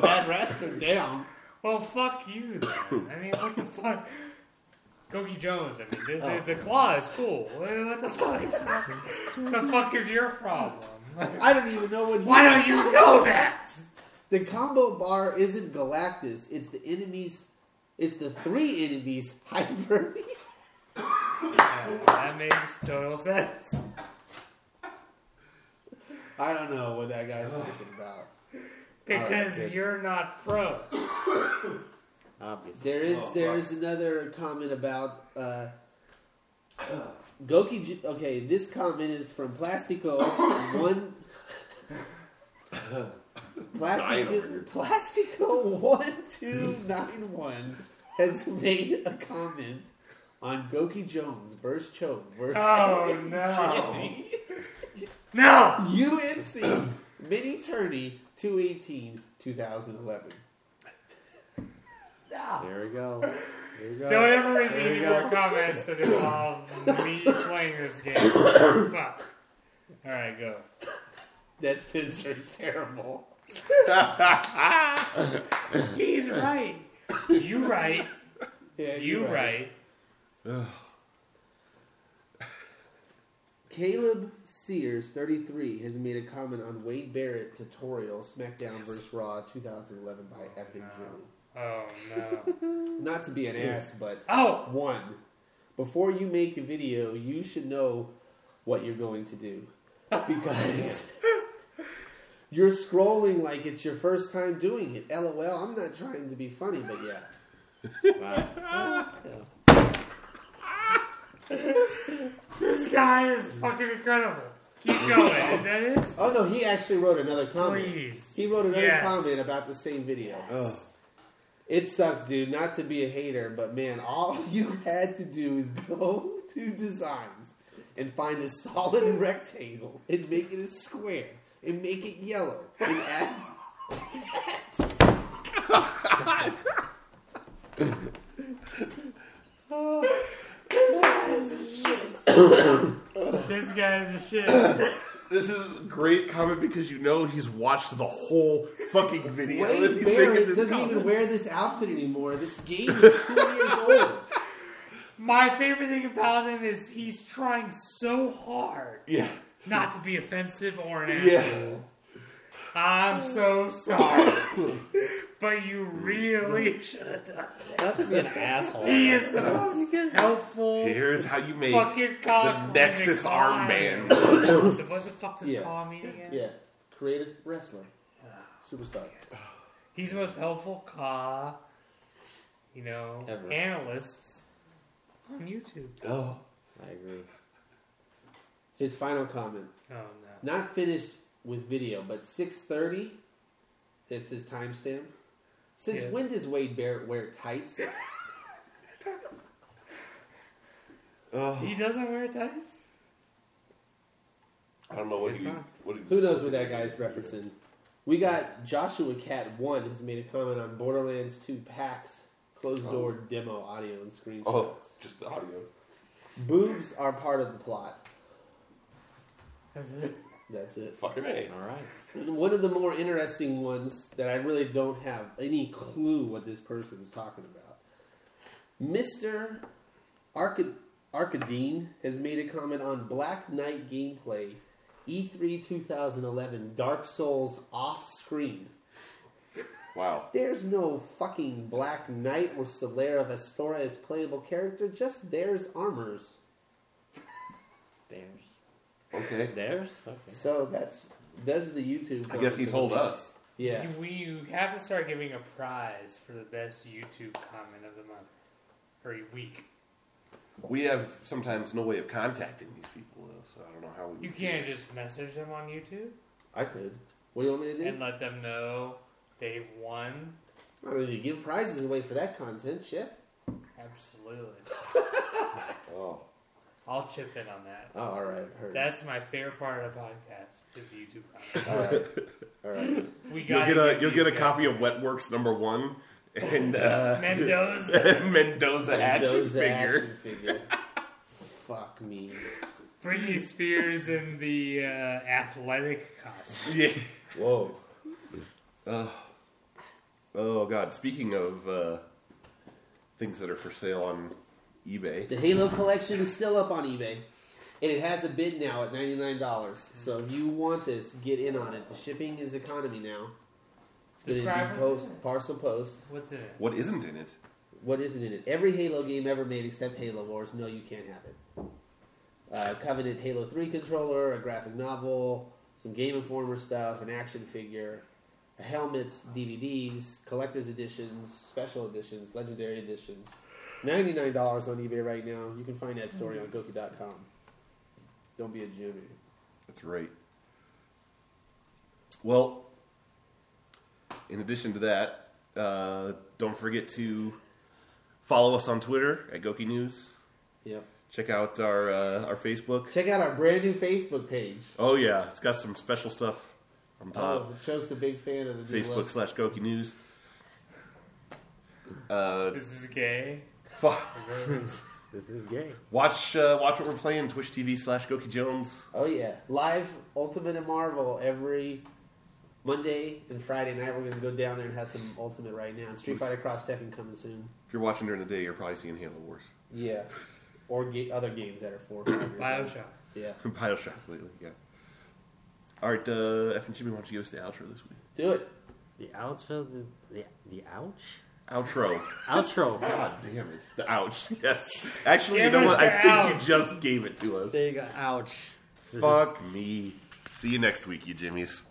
Speaker 4: Bad Raster down.
Speaker 2: Well, fuck you, then. I mean, what the fuck? Gogi Jones, I mean,
Speaker 4: Oh.
Speaker 2: the, the, the claw is cool. What, what the fuck? the fuck is your problem?
Speaker 4: I don't even know what he-
Speaker 2: Why don't you know that?
Speaker 4: The combo bar isn't Galactus, it's the enemies it's the three enemies hypermeter.
Speaker 2: Yeah, Oh, that makes total sense.
Speaker 4: I don't know what that guy's thinking about.
Speaker 2: Because
Speaker 4: good.
Speaker 2: you're not pro.
Speaker 1: Obviously.
Speaker 4: There is
Speaker 3: Oh,
Speaker 4: there
Speaker 3: fuck.
Speaker 4: is another comment about uh, Goki. Ju- Okay, this comment is from Plastico one.
Speaker 3: Dying over here.
Speaker 4: Plastico, Plastico one two nine one has made a comment on Goki Jones versus Choke versus
Speaker 2: Oh, no.
Speaker 4: Jimmy.
Speaker 2: No!
Speaker 4: UMC Mini Tourney 218 2011.
Speaker 1: There we go. There we go.
Speaker 2: Don't ever read
Speaker 1: There
Speaker 2: any
Speaker 1: you
Speaker 2: more
Speaker 1: go.
Speaker 2: comments that involve me playing this game. Fuck. Alright, go.
Speaker 4: That Spencer is terrible.
Speaker 2: He's right. You right.
Speaker 4: Yeah,
Speaker 2: You
Speaker 4: you're
Speaker 2: right.
Speaker 4: Caleb Sears, 33, has made a comment on Wade Barrett tutorial SmackDown vs. Raw 2011 by F and Jimmy.
Speaker 2: Oh no.
Speaker 4: Not to be an ass, but
Speaker 2: oh,
Speaker 4: one, before you make a video, you should know what you're going to do because you're scrolling like it's your first time doing it. LOL. I'm not trying to be funny, but yeah.
Speaker 2: this guy is fucking incredible. Keep going. Is that it?
Speaker 4: Oh no, he actually wrote another comment.
Speaker 2: Please.
Speaker 4: He wrote another
Speaker 2: Yes.
Speaker 4: comment about the same video. Ugh. It sucks, dude. Not to be a hater, but man, all you had to do is go to designs and find a solid rectangle and make it a square and make it yellow and add.
Speaker 2: This guy is a shit.
Speaker 3: This is a great comment because you know he's watched the whole fucking video. if
Speaker 4: Wade
Speaker 3: he's
Speaker 4: Barrett
Speaker 3: making this
Speaker 4: doesn't
Speaker 3: comment.
Speaker 4: even wear this outfit anymore. This game is two years old.
Speaker 2: My favorite thing about him is he's trying so hard
Speaker 3: Yeah.
Speaker 2: not to be offensive or an asshole.
Speaker 3: Yeah.
Speaker 2: I'm so sorry. but you really should have done
Speaker 1: Not to be an asshole.
Speaker 2: He is the most helpful
Speaker 3: Here's how you make
Speaker 2: fucking cop.
Speaker 3: the Nexus armband.
Speaker 2: so what the fuck does
Speaker 4: Yeah.
Speaker 2: call mean again?
Speaker 4: Yeah, creative wrestler,
Speaker 2: Ah.
Speaker 4: superstar.
Speaker 2: He's the most helpful ca, you know,
Speaker 1: Ever.
Speaker 2: analysts on YouTube.
Speaker 3: Oh.
Speaker 1: I agree.
Speaker 4: His final comment.
Speaker 2: Oh no.
Speaker 4: not finished with video, but six thirty. That's his timestamp. Since
Speaker 2: Yes.
Speaker 4: when does Wade Barrett wear tights?
Speaker 3: Oh.
Speaker 2: He doesn't wear ties?
Speaker 3: I don't know what
Speaker 1: It's
Speaker 3: you.
Speaker 1: not-
Speaker 3: What you
Speaker 4: Who knows what that guy's referencing? We got Joshua Cat One has made a comment on Borderlands Two PAX closed door demo audio and screenshots.
Speaker 3: Oh, just the audio.
Speaker 4: Boobs are part of the plot.
Speaker 2: That's it.
Speaker 4: That's it.
Speaker 3: Fucking A.
Speaker 1: All right.
Speaker 4: One of the more interesting ones that I really don't have any clue what this person's talking about. Mr. Arca- Arcadine has made a comment on Black Knight gameplay, E E3 2011, Dark Souls off screen.
Speaker 3: Wow.
Speaker 4: There's no fucking Black Knight or Solera of Astora as playable character, just theirs armors.
Speaker 1: There's.
Speaker 3: Okay.
Speaker 1: There's? Okay.
Speaker 4: So that's, that's the YouTube.
Speaker 3: I guess he
Speaker 4: comments.
Speaker 3: told us.
Speaker 4: Yeah.
Speaker 2: You- We you have to start giving a prize for the best YouTube comment of the month. Or week.
Speaker 3: We have sometimes no way of contacting these people, though, so I don't know how we.
Speaker 2: You can't just message them on YouTube
Speaker 4: I could. What do you want me to do?
Speaker 2: and let them know they've won.
Speaker 4: I mean, you give prizes away for that content, shit.
Speaker 2: Absolutely.
Speaker 3: Oh.
Speaker 2: I'll chip in on that.
Speaker 4: Oh, all right, heard.
Speaker 2: That's my favorite part of the podcast is the YouTube comments.
Speaker 4: all right, all right.
Speaker 2: We
Speaker 3: You'll
Speaker 2: got
Speaker 3: get a you'll get a copy of Wet Works number one and uh,
Speaker 2: Mendoza.
Speaker 3: Mendoza action
Speaker 4: Mendoza
Speaker 3: figure.
Speaker 4: action figure. Fuck me.
Speaker 2: Britney Spears in the uh, athletic costume.
Speaker 3: Yeah.
Speaker 4: Whoa.
Speaker 3: Ugh. oh God. Speaking of uh, things that are for sale on eBay,
Speaker 4: The Halo collection is still up on eBay, and it has a bid now at ninety nine dollars. So if you want this, get in on it. The shipping is economy now. It's good as you
Speaker 2: Describe what's
Speaker 4: post
Speaker 2: in it.
Speaker 4: parcel post.
Speaker 2: What's in it?
Speaker 3: what isn't in it?
Speaker 4: What isn't in it? Every Halo game ever made except Halo Wars. No, you can't have it. Uh, coveted Halo 3 controller, a graphic novel, some Game Informer stuff, an action figure, a helmet, DVDs, collector's editions, special editions, legendary editions. $99 on eBay right now. You can find that story on Goku.com. Don't be a Jimmy.
Speaker 3: That's right. Well, in addition to that, uh, don't forget to follow us on Twitter at Goki News.
Speaker 4: Yep.
Speaker 3: Check out our uh, our Facebook.
Speaker 4: Check out our brand new Facebook page.
Speaker 3: Oh yeah, it's got some special stuff on top.
Speaker 4: Oh, Choke's a big fan of the new
Speaker 3: Uh, Facebook
Speaker 4: look.
Speaker 3: slash Goki News. Uh,
Speaker 2: This is gay.
Speaker 3: fo-
Speaker 2: Is that-
Speaker 1: This is gay.
Speaker 3: watch uh, watch what we're playing. Twitch TV slash Goki Jones.
Speaker 4: Oh yeah, live Ultimate and Marvel every Monday and Friday night. We're gonna go down there and have some Ultimate right now. And Street Fighter Cross Tekken coming soon.
Speaker 3: If you're watching during the day, you're probably seeing Halo Wars,
Speaker 4: Yeah, or ga- other games that are four. or five years old.
Speaker 2: Bioshock.
Speaker 4: Yeah,
Speaker 3: Bioshock lately. Yeah. All right, uh, F and Jimmy, why don't you give us the outro this week?
Speaker 4: do it.
Speaker 1: The ouch of the, the, the ouch?
Speaker 3: Outro.
Speaker 1: Outro.
Speaker 3: God damn it. The ouch. Yes. Actually, you
Speaker 2: Give
Speaker 3: know
Speaker 2: us
Speaker 3: what? I
Speaker 2: the
Speaker 3: think
Speaker 2: ouch.
Speaker 3: you just gave it to us.
Speaker 1: There you go. Ouch. This is-
Speaker 3: Fuck me. See you next week, you jimmies.